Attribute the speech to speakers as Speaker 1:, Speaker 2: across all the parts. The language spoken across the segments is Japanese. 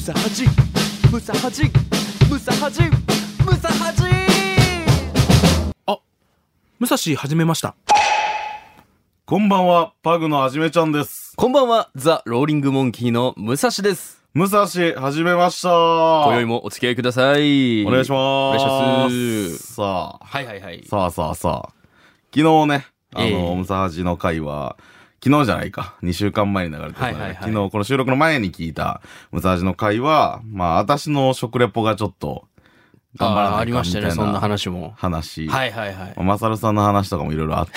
Speaker 1: サハジムサハジムサハジムサハジ
Speaker 2: 武蔵始めました。
Speaker 3: こんばんは、パグのはじめちゃんです。
Speaker 4: こんばんは、ザ・ローリング・モンキーの武蔵です。
Speaker 3: 武蔵、はじめました。
Speaker 4: 今宵もお付き合いください。
Speaker 3: お願いします。
Speaker 4: お願いします
Speaker 3: さあ、
Speaker 4: はいはいはい。
Speaker 3: さあさあさあ。昨日ね、あの、
Speaker 4: ええ
Speaker 3: ムサハジの回は、昨日じゃないか。2週間前に流れてた、ね
Speaker 4: はいはいはい
Speaker 3: 昨日、この収録の前に聞いたムサハジの回は、まあ、私の食レポがちょっと、
Speaker 4: あ
Speaker 3: 頑張らない
Speaker 4: あ
Speaker 3: か
Speaker 4: ありました
Speaker 3: み
Speaker 4: ね、
Speaker 3: い
Speaker 4: そんな話も。
Speaker 3: 話。
Speaker 4: はいはいはい
Speaker 3: ま。あマサルさんの話とかもいろいろあっ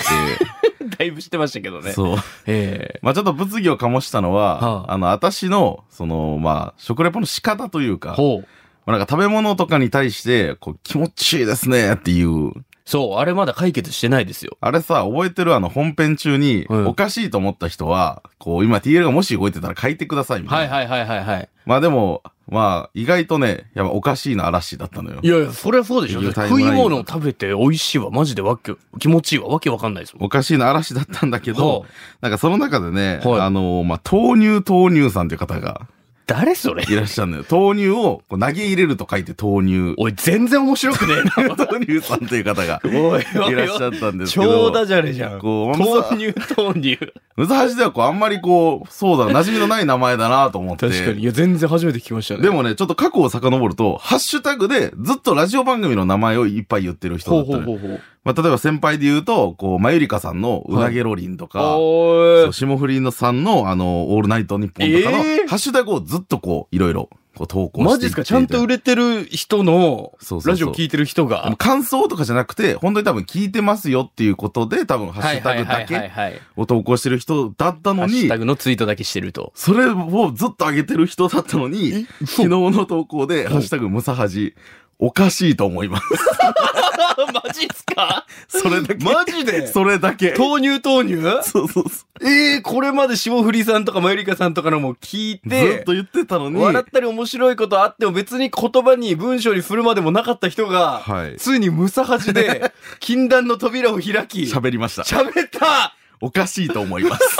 Speaker 4: だいぶしてましたけど
Speaker 3: て、
Speaker 4: ね。
Speaker 3: そう。
Speaker 4: え
Speaker 3: まあちょっと物議を醸したのは、
Speaker 4: はあ
Speaker 3: あ、の、私の、その、まあ、食レポの仕方という
Speaker 4: え
Speaker 3: か、
Speaker 4: ほう。
Speaker 3: まあ、なんか食べ物とかに対して、こう、気持ちいいですねっていう。
Speaker 4: そう、あれまだ解決してないですよ。
Speaker 3: あれさ、覚えてるあの本編中に、
Speaker 4: うん
Speaker 3: おかしいと思った人は、こう、今 TL がもし動いてたら書いてくださいみたいな。
Speaker 4: はいはいはいはいはい。
Speaker 3: まあでも、まあ、意外とね、やっぱおかしいな嵐だったのよ
Speaker 4: い。やいや、そりゃそうでしょ。
Speaker 3: いやタイム
Speaker 4: 食い
Speaker 3: ライン
Speaker 4: 物を食べて美味しいわ。マジでわけ、気持ちいいわ。わけわかんないですもん。
Speaker 3: おかしいな嵐だったんだけど
Speaker 4: は、
Speaker 3: なんかその中でね、
Speaker 4: はい
Speaker 3: あの、まあ、豆乳豆乳さんという方が
Speaker 4: 誰それ
Speaker 3: いらっしゃるのよ。豆乳をこう投げ入れると書いて豆乳。
Speaker 4: おい、全然面白くねえな。
Speaker 3: 豆乳さんという方が
Speaker 4: おいおいおい
Speaker 3: いらっしゃったんですけ
Speaker 4: 超
Speaker 3: ど、
Speaker 4: ダジャレじゃん。
Speaker 3: こう、まあ
Speaker 4: 豆乳豆乳。
Speaker 3: むずはじではこう、あんまりこう、そうだな、馴染みのない名前だなと思って。
Speaker 4: 確かに。いや、全然初めて聞きましたね。
Speaker 3: でもね、ちょっと過去を遡ると、ハッシュタグでずっとラジオ番組の名前をいっぱい言ってる人だ
Speaker 4: ほう
Speaker 3: った
Speaker 4: ほ
Speaker 3: の
Speaker 4: う
Speaker 3: よ
Speaker 4: ほうほう。
Speaker 3: まあ、例えば先輩で言うと、こう、まゆりかさんのうなげろりんとか、
Speaker 4: お
Speaker 3: そう霜降りのさんのあの、オールナイトニッポンとかの、
Speaker 4: えー
Speaker 3: ハッシュタグをずっとこう、いろいろ、こう投稿していって。
Speaker 4: マジですかちゃんと売れてる人の
Speaker 3: そうそう、そう
Speaker 4: ラジオ聞いてる人
Speaker 3: でも
Speaker 4: が。
Speaker 3: 感想とかじゃなくて、本当に多分聞いてますよっていうことで、多分ハッシュタグだけ
Speaker 4: はい。
Speaker 3: を投稿してる人だった
Speaker 4: ハ
Speaker 3: の
Speaker 4: ッシ
Speaker 3: に
Speaker 4: ュタ、グのツイートだけしてる と。
Speaker 3: それをずっと上げてる人だったのに、昨日の投稿で、ハッシュタグムサハジ、おかしいと思 います。
Speaker 4: マジっす か
Speaker 3: それだけ。
Speaker 4: マジ で
Speaker 3: それだけ。
Speaker 4: 豆乳豆乳
Speaker 3: そうそうそ。
Speaker 4: ええこれまで霜降りさんとかまゆりかさんとかのも聞いう
Speaker 3: ずってと、言ってたのに。
Speaker 4: 笑ったり面白いことあっても別に言葉に文章にするまでもなかった人が、
Speaker 3: はい
Speaker 4: ついにムサハジ で禁断の扉を開き、
Speaker 3: 喋りました。
Speaker 4: 喋った
Speaker 3: おかしいと思い ます。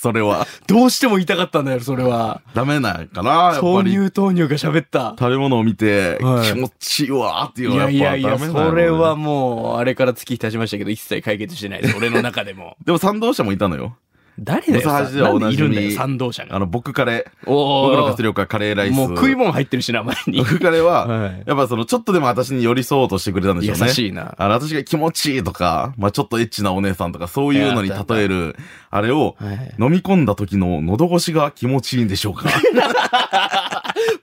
Speaker 3: それは、
Speaker 4: どうしても言いたかったんだよ、それは。
Speaker 3: ダメなんかな、やっぱ
Speaker 4: 豆乳
Speaker 3: り。
Speaker 4: 豆乳が喋った。
Speaker 3: 食べ物を見て、
Speaker 4: はい
Speaker 3: 気持ちいいわーってい
Speaker 4: い
Speaker 3: うの
Speaker 4: や
Speaker 3: はやっぱ
Speaker 4: いやいや、
Speaker 3: ダメなんやろうね
Speaker 4: それは。もう、あれから月日経ちましたけど、一切解決してないです。俺の中でも。
Speaker 3: でも賛同者もいたのよ。
Speaker 4: 誰だよ。
Speaker 3: 武蔵
Speaker 4: さ
Speaker 3: では
Speaker 4: な
Speaker 3: お
Speaker 4: んで
Speaker 3: ないじみ
Speaker 4: るんだよ、賛同者
Speaker 3: あ
Speaker 4: が。
Speaker 3: の、僕カレー。
Speaker 4: おー
Speaker 3: 僕の活力はカレーライス。
Speaker 4: もう食い物入ってるし、名前 に。
Speaker 3: 僕カレーは、
Speaker 4: はい
Speaker 3: やっぱその、ちょっとでも私に寄り添おうとしてくれたんでしょ
Speaker 4: 優
Speaker 3: うね。
Speaker 4: しいな。
Speaker 3: あの、私が気持ちいいとか、まあちょっとエッチなお姉さんとか、そういうのに例える、あれを、
Speaker 4: はい
Speaker 3: 飲み込んだ時の喉越しが気持ちいいんでしょ うか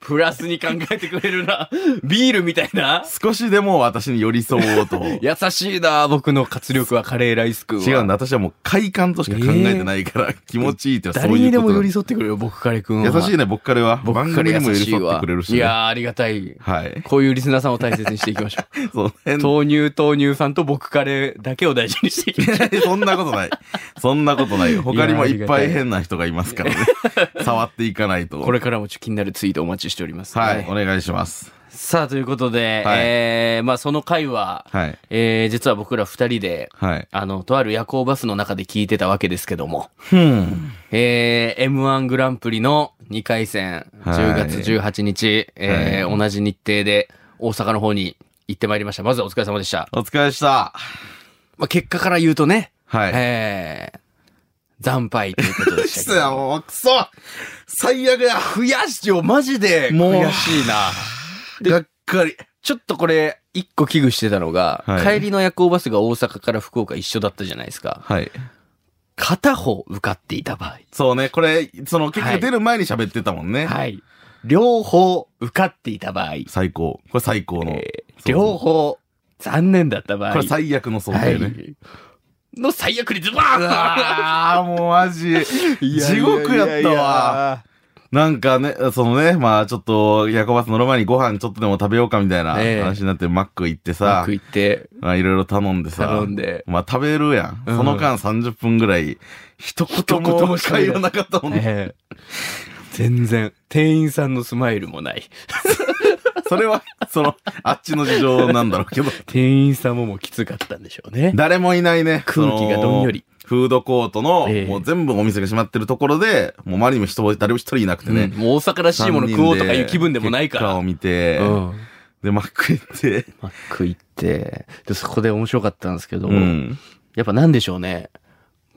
Speaker 4: プラスに考えてくれるな。ビールみたいな。
Speaker 3: 少しでも私に寄り添おうと。
Speaker 4: 優 しいな、僕の活力はカレーライス君は。
Speaker 3: 違うんだ。私はもう快感としか考えてないから、気持ちいいってのはそう
Speaker 4: 誰
Speaker 3: い
Speaker 4: に
Speaker 3: う
Speaker 4: で
Speaker 3: こと
Speaker 4: も
Speaker 3: だ
Speaker 4: 寄り添ってくれよ、僕カレー君は。
Speaker 3: 優しい
Speaker 4: な。
Speaker 3: ね、僕からは。
Speaker 4: 僕
Speaker 3: 番
Speaker 4: カレ
Speaker 3: 組
Speaker 4: ー
Speaker 3: にも
Speaker 4: 優
Speaker 3: 寄り
Speaker 4: しい
Speaker 3: 添って
Speaker 4: わ
Speaker 3: くれる。し、
Speaker 4: いやー、ありがたい。
Speaker 3: はい。
Speaker 4: こういうリスナーさんを大切にしていきましょ う。
Speaker 3: その辺
Speaker 4: 豆乳豆乳さんと僕カレーだけを大事にしていきましょう。
Speaker 3: そんなことない。そんなことないよ。他にも
Speaker 4: いや
Speaker 3: いっぱい変な人がいますから ね。触っていかないと。
Speaker 4: これからもちょっと気になるツイートお待ちしております。
Speaker 3: はい、お願いします。
Speaker 4: さあ、ということで、
Speaker 3: はい
Speaker 4: えー、まあその回は、
Speaker 3: はい。
Speaker 4: えー、実は僕ら二人で、
Speaker 3: はい。
Speaker 4: あの、とある夜行バスの中で聞いてたわけですけども、
Speaker 3: ふん。
Speaker 4: えー、M1 グランプリの2回戦、
Speaker 3: はい
Speaker 4: 10月18日、えー同じ日程で大阪の方に行ってまいりました。まずはお疲れ様でした。
Speaker 3: お疲れでした。
Speaker 4: まあ結果から言うとね、
Speaker 3: はい。
Speaker 4: えー、惨敗ということでしたけ
Speaker 3: くそや、
Speaker 4: ど。
Speaker 3: もう、くそ最悪や
Speaker 4: 悔しいよ、マジで
Speaker 3: もう
Speaker 4: 悔しいな。
Speaker 3: がっかり。
Speaker 4: ちょっとこれ、一個危惧してたのが、
Speaker 3: はい
Speaker 4: 帰りの夜行バスが大阪から福岡一緒だったじゃないですか。
Speaker 3: はい。
Speaker 4: 片方受かっていた場
Speaker 3: そうね、これ、その、結
Speaker 4: は
Speaker 3: 局
Speaker 4: い
Speaker 3: 出る前に喋ってたもんね。
Speaker 4: 合。はい。両方受かっていた場合。
Speaker 3: 最高。これ最高の。
Speaker 4: えー
Speaker 3: そう
Speaker 4: 両方残念だった場合。
Speaker 3: これ最悪の想定
Speaker 4: は
Speaker 3: ね。
Speaker 4: いの最悪率、バーン
Speaker 3: ああ、もうマジ。 地獄やったわ。なんかね、そのね、まあちょっと、夜行バス乗る前にご飯ちょっとでも食べようかみたいな
Speaker 4: ええ
Speaker 3: 話になって、マック行って
Speaker 4: うま
Speaker 3: さ
Speaker 4: く、いって、
Speaker 3: まあいろいろ頼んでさ、
Speaker 4: 頼んで。
Speaker 3: まあ食べるやん。
Speaker 4: うん
Speaker 3: その間30分ぐらい、一言
Speaker 4: 一言
Speaker 3: も
Speaker 4: も
Speaker 3: 会話なかったもんね。
Speaker 4: ええ全然、店員さんのスマイルもない。
Speaker 3: それは、その、あっちの 事情なんだろうけど。
Speaker 4: 店員さんももうきつかったんでしょうね。
Speaker 3: 誰もいないね。
Speaker 4: 空気がどんより
Speaker 3: そフードコートの、
Speaker 4: ええ
Speaker 3: もう全部お店が閉まってるところで、もう周りにも人も誰も一人いなくてね
Speaker 4: うん。もう大阪らしいもの食おうとかいう気分でもないか
Speaker 3: 結
Speaker 4: ら。
Speaker 3: 果を見て、
Speaker 4: うん。
Speaker 3: で、マック行って、
Speaker 4: マック行って、で、そこで面白かったんですけど、
Speaker 3: うん。
Speaker 4: やっぱなんでしょうね。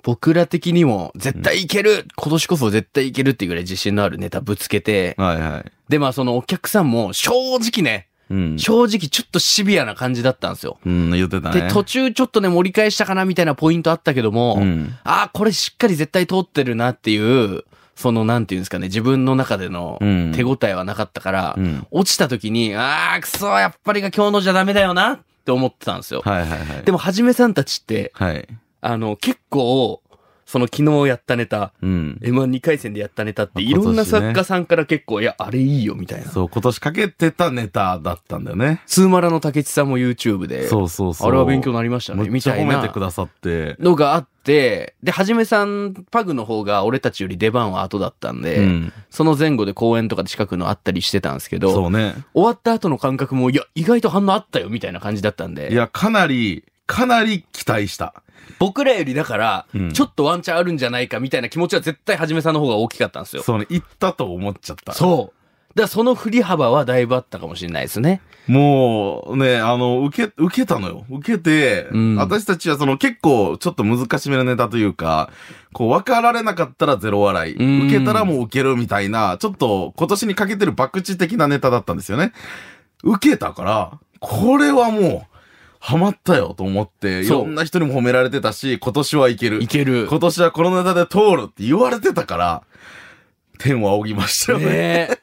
Speaker 4: 僕ら的にも絶対いける、今年こそ絶対いけるっていうぐらい自信のあるネタぶつけて、
Speaker 3: はいはい。
Speaker 4: で、まあそのお客さんも正直ね、
Speaker 3: うん。
Speaker 4: 正直ちょっとシビアな感じだったんですよ。
Speaker 3: うん、言ってたね。
Speaker 4: で、途中ちょっとね、盛り返したかなみたいなポイントあったけども、
Speaker 3: うん
Speaker 4: ああ、これしっかり絶対通ってるなっていう、その、なんていうんですかね、自分の中での
Speaker 3: うん
Speaker 4: 手応えはなかったから、
Speaker 3: うん
Speaker 4: 落ちた時に、ああ、くそ、やっぱりが今日のじゃダメだよなって思ってたんですよ。
Speaker 3: はいはいはい。
Speaker 4: でも、はじめさんたちって、
Speaker 3: はい。
Speaker 4: あの、結構、その昨日やったネタ、
Speaker 3: うん。
Speaker 4: M12 回戦でやったネタって、い
Speaker 3: まあ
Speaker 4: ろんな
Speaker 3: 今年ね
Speaker 4: 作家さんから結構、いや、あれいいよみたいな。
Speaker 3: そう、今年かけてたネタだったんだよね。
Speaker 4: ツーマラの竹内さんも YouTube で、
Speaker 3: そうそうそう。
Speaker 4: あれは勉強になりましたね、
Speaker 3: めっ
Speaker 4: み
Speaker 3: ちゃ
Speaker 4: たい
Speaker 3: 褒め
Speaker 4: な
Speaker 3: てくださって。
Speaker 4: のがあって、で、はじめさん、パグの方が俺たちより出番は後だったんで、
Speaker 3: うん。
Speaker 4: その前後で公演とかで近くのあったりしてたんですけど、
Speaker 3: そうね。
Speaker 4: 終わった後の感覚も、いや、意外と反応あったよ、みたいな感じだったん
Speaker 3: い
Speaker 4: で、
Speaker 3: や、かなり、かなり期待した。
Speaker 4: 僕らよりだから、
Speaker 3: うん
Speaker 4: ちょっとワンチャンあるんじゃないか、みたいな気持ちは絶対はじめさんの方が大きかったんですよ。
Speaker 3: そうね、行ったと思っちゃった。
Speaker 4: そう。だからその振り幅はだいぶあったかもしれないですね。
Speaker 3: もうね、あの、受け、受けたのよ。受けて、
Speaker 4: うん
Speaker 3: 私たちはその結構ちょっと難しめのネタというか、こう分かられなかったらゼロ笑い、
Speaker 4: うん
Speaker 3: 受けたらもう受けるみたいな、ちょっと今年にかけてる博打的なネタだったんですよね。受けたから、これはもう、ハマったよと思って、い
Speaker 4: そう
Speaker 3: ろんな人にも褒められてたし、今年はいける。
Speaker 4: いける。
Speaker 3: 今年はこのネタで通るって言われてたから、天を仰ぎましたよね。
Speaker 4: ねえ。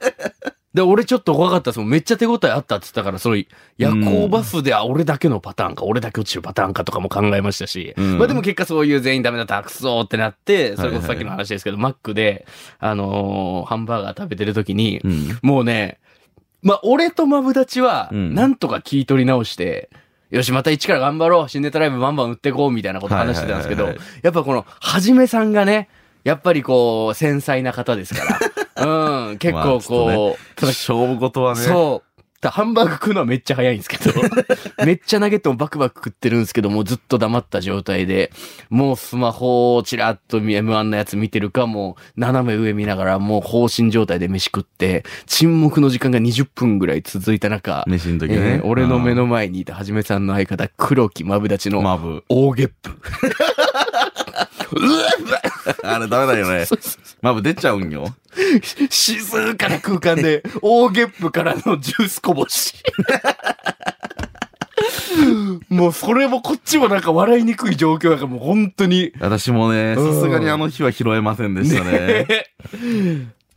Speaker 4: で、俺ちょっと怖かったですもん。めっちゃ手応えあったって言ったから、その夜行バスで、あ、俺だけのパターンか、俺だけ落ちるパターンかとかも考えましたし、
Speaker 3: うん
Speaker 4: まあでも結果そういう全員ダメだった、くそーってなって、それこそさっ
Speaker 3: はいはい
Speaker 4: きの話ですけど、マックで、あのーハンバーガー食べてる時に、
Speaker 3: うん。
Speaker 4: もうね、まあ俺とマブダチは、
Speaker 3: うん
Speaker 4: なんとか聞い取り直して、よし、また一から頑張ろう新ネタライブバンバン売ってこうみたいなこと話してたんですけど
Speaker 3: はいはいは、
Speaker 4: やっぱこの、はじめさんがね、やっぱりこう、繊細な方です から、うん、結構
Speaker 3: まあち
Speaker 4: こう、
Speaker 3: 勝負事はね。
Speaker 4: そう。だハンバーグ食うのはめっちゃ早いんですけど、めっちゃナゲットもバクバク食ってるんですけど、もうずっと黙った状態で、もうスマホをちらっと見 M1 のやつ見てるか、もう斜め上見ながら、もう放心状態で飯食って、沈黙の時間が20分ぐらい続いた中、
Speaker 3: 飯の時ね。
Speaker 4: えー俺の目の前にいたはじめさんの相方、黒木まぶだちの
Speaker 3: マブ。
Speaker 4: 大ゲップ。うわ
Speaker 3: あれダメだよ ね
Speaker 4: そう。そう
Speaker 3: マブ出ちゃうんよ。
Speaker 4: 静かな空間で、大ゲップからのジュースこぼし。 もうそれもこっちもなんか笑いにくい状況だからもう本当に。
Speaker 3: 私もね、
Speaker 4: うん
Speaker 3: さすがにあの日は拾えませんでしたね。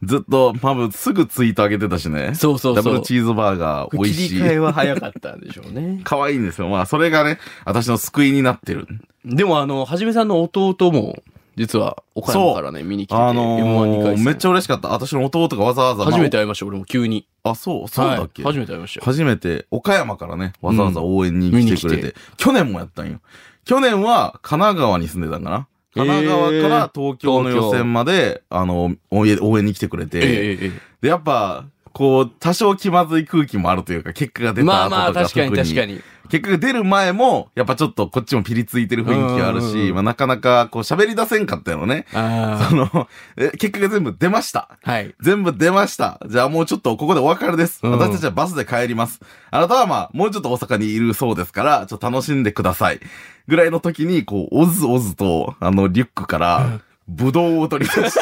Speaker 3: ずっと、マブすぐツイート上げてたしね。
Speaker 4: そうそうそう
Speaker 3: ダブルチーズバーガー美味し
Speaker 4: 切り替え
Speaker 3: い。
Speaker 4: は早かったんでしょうね。
Speaker 3: 可愛いんですよ。まあ、それがね、私の救いになってる。
Speaker 4: でもあの、はじめさんの弟も、実は岡山からね、見に来てて、
Speaker 3: あの
Speaker 4: M12 回
Speaker 3: ー、
Speaker 4: 戦
Speaker 3: めっちゃ嬉しかった。私の弟がわざわざ。
Speaker 4: 初めて会いました、俺も急に。
Speaker 3: まあ。あ、そう、そうだっけ
Speaker 4: はい初めて会いましたよ。
Speaker 3: 初めて岡山からね、わざわざ応援に来てくれ
Speaker 4: うん見に来
Speaker 3: て、去年もやったんよ。去年は神奈川に住んでたんかな神奈川から東京の予選まで、あの、応援応援に来てくれて、
Speaker 4: えええええ
Speaker 3: で、やっぱ、こう、多少気まずい空気もあるというか、結果が
Speaker 4: え。
Speaker 3: 出
Speaker 4: ま
Speaker 3: た
Speaker 4: あま
Speaker 3: 後とか
Speaker 4: あ、
Speaker 3: 特
Speaker 4: 確かに確か
Speaker 3: に。
Speaker 4: に。
Speaker 3: 結果が出る前も、やっぱちょっとこっちもピリついてる雰囲気がある
Speaker 4: うんうんう
Speaker 3: し、
Speaker 4: ん
Speaker 3: まあなかなかこう喋り出せんかったよね。
Speaker 4: あ
Speaker 3: その、え結果が全部出ました。
Speaker 4: あ。 はい。
Speaker 3: 全部出ました。じゃあもうちょっとここでお別れです。
Speaker 4: うん
Speaker 3: 私たちはバスで帰ります。あなたはまあ、もうちょっと大阪にいるそうですから、ちょっと楽しんでください。ぐらいの時に、こう、おずおずと、あの、リュックから、ブドウを取り 出して、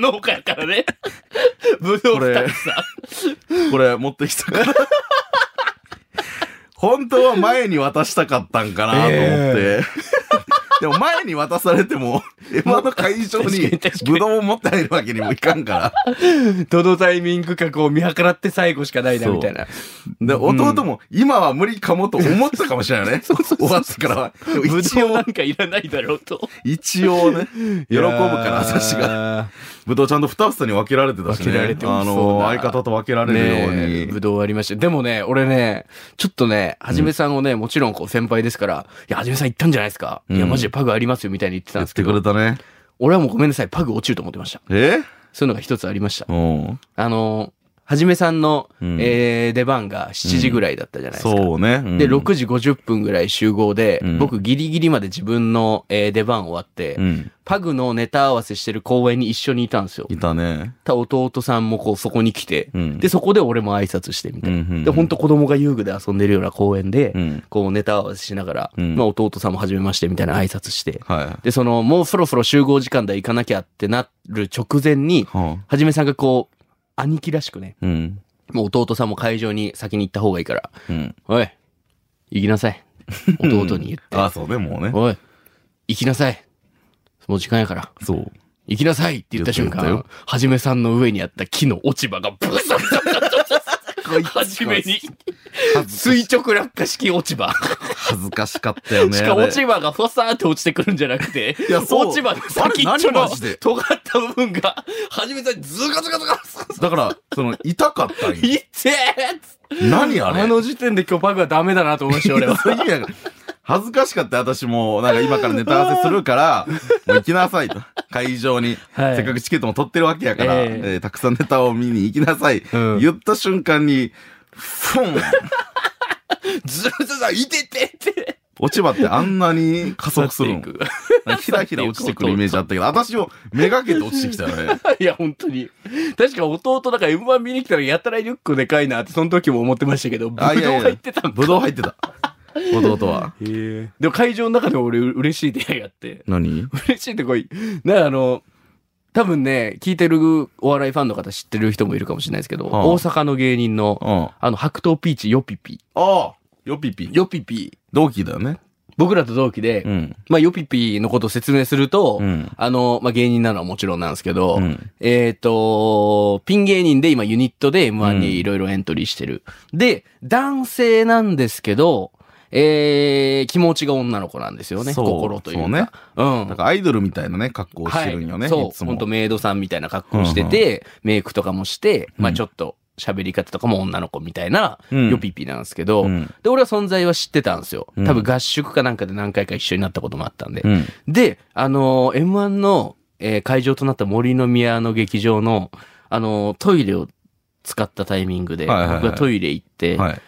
Speaker 4: 農家やから ね。ぶどう2つさ。
Speaker 3: これ持ってきたから。 本当は前に渡したかったんかなと思って。でも前に渡され ても、M1 の会場
Speaker 4: 確かに
Speaker 3: に
Speaker 4: 確かに
Speaker 3: ブドウを持って入るわけにもいかんから。
Speaker 4: どのタイミングかこう見計らって最後しかないな、
Speaker 3: そう
Speaker 4: みたいな。
Speaker 3: で、弟も今は無理かもと思ってたかもしれない ね。終わってからは。でも
Speaker 4: ぶ
Speaker 3: 一
Speaker 4: どうな
Speaker 3: 応
Speaker 4: ん、かいらないだろうと。
Speaker 3: 一応ね、喜ぶから私が。
Speaker 4: が。
Speaker 3: ぶどうちゃんと二つに分けられてたしね。
Speaker 4: 分けられて
Speaker 3: あ
Speaker 4: ますそう
Speaker 3: の、
Speaker 4: だ
Speaker 3: 相方と分けられるよう
Speaker 4: ねえ、
Speaker 3: に。
Speaker 4: ぶどうありました。でもね、俺ね、ちょっとね、はじめさんをね、もちろんこう先輩ですから、いや、はじめさん行ったんじゃないですか。いや、
Speaker 3: うん
Speaker 4: マジでパグありますよ、みたいに言ってたん
Speaker 3: や
Speaker 4: で
Speaker 3: っ
Speaker 4: すけ
Speaker 3: てく
Speaker 4: ど、
Speaker 3: れたね。
Speaker 4: 俺はもうごめんなさい、パグ落ちると思ってました。
Speaker 3: え
Speaker 4: そういうのが一つありました。
Speaker 3: うん。
Speaker 4: あの、はじめさんの、
Speaker 3: うん
Speaker 4: えー出番が7時ぐらいだったじゃないですか。
Speaker 3: そうね。うん
Speaker 4: で、6時50分ぐらい集合で、
Speaker 3: うん
Speaker 4: 僕ギリギリまで自分の、えー出番終わって、
Speaker 3: うん。
Speaker 4: パグのネタ合わせしてる公演に一緒にいたんですよ。
Speaker 3: いたね。
Speaker 4: た弟さんもこうそこに来て、
Speaker 3: うん
Speaker 4: で、そこで俺も挨拶してみたいな。
Speaker 3: うんうんうん
Speaker 4: で、ほんと子供が遊具で遊んでるような公園で、
Speaker 3: うん。
Speaker 4: こうネタ合わせしながら、
Speaker 3: うん
Speaker 4: まあ弟さんも初めましてみたいな挨拶して、
Speaker 3: は
Speaker 4: で、その、もうそろそろ集合時間だ行かなきゃってなる直前に
Speaker 3: い。、はあ
Speaker 4: はじめさんがこう、兄貴らしくね、
Speaker 3: うん。
Speaker 4: もう弟さんも会場に先に行った方がいいから、
Speaker 3: うん。
Speaker 4: おい、行きなさい。弟に言って、
Speaker 3: あ、そうね、もうね。
Speaker 4: おい、行きなさい。もう時間やから、
Speaker 3: そう。
Speaker 4: 行きなさいって言った瞬
Speaker 3: 言った言
Speaker 4: 間
Speaker 3: っ、
Speaker 4: はじめさんの上にあった木の落ち葉がブサッはじめに、垂直落下式落ち葉。
Speaker 3: 恥ずかしかったよね。
Speaker 4: しかも
Speaker 3: あれ
Speaker 4: 落ち葉がファサーって落ちてくるんじゃなくて、
Speaker 3: いやそう
Speaker 4: 落ち葉の先っちょ
Speaker 3: あれ何マ
Speaker 4: の
Speaker 3: ジで
Speaker 4: 尖った部分が、はじめさんにズガズガズガ
Speaker 3: だから、その、痛かったんよ
Speaker 4: いってーっつって
Speaker 3: 何あれ
Speaker 4: あの時点で今日パグはダメだなと思うし、俺は。
Speaker 3: そういう意味やから恥ずかしかったよ私もう、なんか今からネタ合わせするから、もう行きなさいと。会場に。
Speaker 4: はい
Speaker 3: せっかくチケットも取ってるわけやから、
Speaker 4: え
Speaker 3: え
Speaker 4: え
Speaker 3: ーたくさんネタを見に行きなさい。
Speaker 4: ん
Speaker 3: 言った瞬間に、ふん
Speaker 4: ズガズガ、いててって。
Speaker 3: 落ち葉ってあんなに加速する
Speaker 4: 去
Speaker 3: の
Speaker 4: っていく
Speaker 3: ひらひら落ちてくるイメージあったけど、私もめがけて落ちてきたよね。
Speaker 4: いや、本当に。確か弟だから M1 見に来たらやたらリュックでかいなって、その時も思ってましたけど、ブドウ
Speaker 3: あいやいや
Speaker 4: 入ってたん
Speaker 3: ぶどう入ってた。弟は。
Speaker 4: でも会場の中で俺嬉しい出会いがあって。
Speaker 3: 何
Speaker 4: 嬉しいってこい。なんかあの、多分ね、聞いてるお笑いファンの方知ってる人もいるかもしれないですけど、
Speaker 3: ああ
Speaker 4: 大阪の芸人の
Speaker 3: う、ん。あ
Speaker 4: あの、白桃ピーチヨピピ。
Speaker 3: あ、よぴぴ。
Speaker 4: ヨピピ。
Speaker 3: 同期だよね。
Speaker 4: 僕らと同期で、
Speaker 3: うん。
Speaker 4: まあヨピピのことを説明すると、
Speaker 3: うん
Speaker 4: あの、まあ芸人なのはもちろんなんですけど、
Speaker 3: うん
Speaker 4: えっ、と、ピン芸人で今ユニットで M1 にいろいろエントリーしてる。で、男性なんですけど、えー、気持ちが女の子なんですよね。
Speaker 3: そう
Speaker 4: 心というか。
Speaker 3: そうね
Speaker 4: うん。
Speaker 3: なんかアイドルみたいなね、格好をしてるんよね。、
Speaker 4: はいい、
Speaker 3: つ
Speaker 4: そう、
Speaker 3: も
Speaker 4: ほんとメイドさんみたいな格好してて、メイクとかもして、まあちょっと喋り方とかも女の子みたいな、
Speaker 3: うん
Speaker 4: ヨピピなんですけど、
Speaker 3: うん
Speaker 4: で、俺は存在は知ってたんですよ。
Speaker 3: ん
Speaker 4: 多分合宿かなんかで何回か一緒になったこともあったんで。
Speaker 3: うん。
Speaker 4: で、あのー M1 の、えー会場となった森の宮の劇場の、あのートイレを使ったタイミングで、
Speaker 3: はいはいはい
Speaker 4: 僕がトイレ行って、
Speaker 3: はい。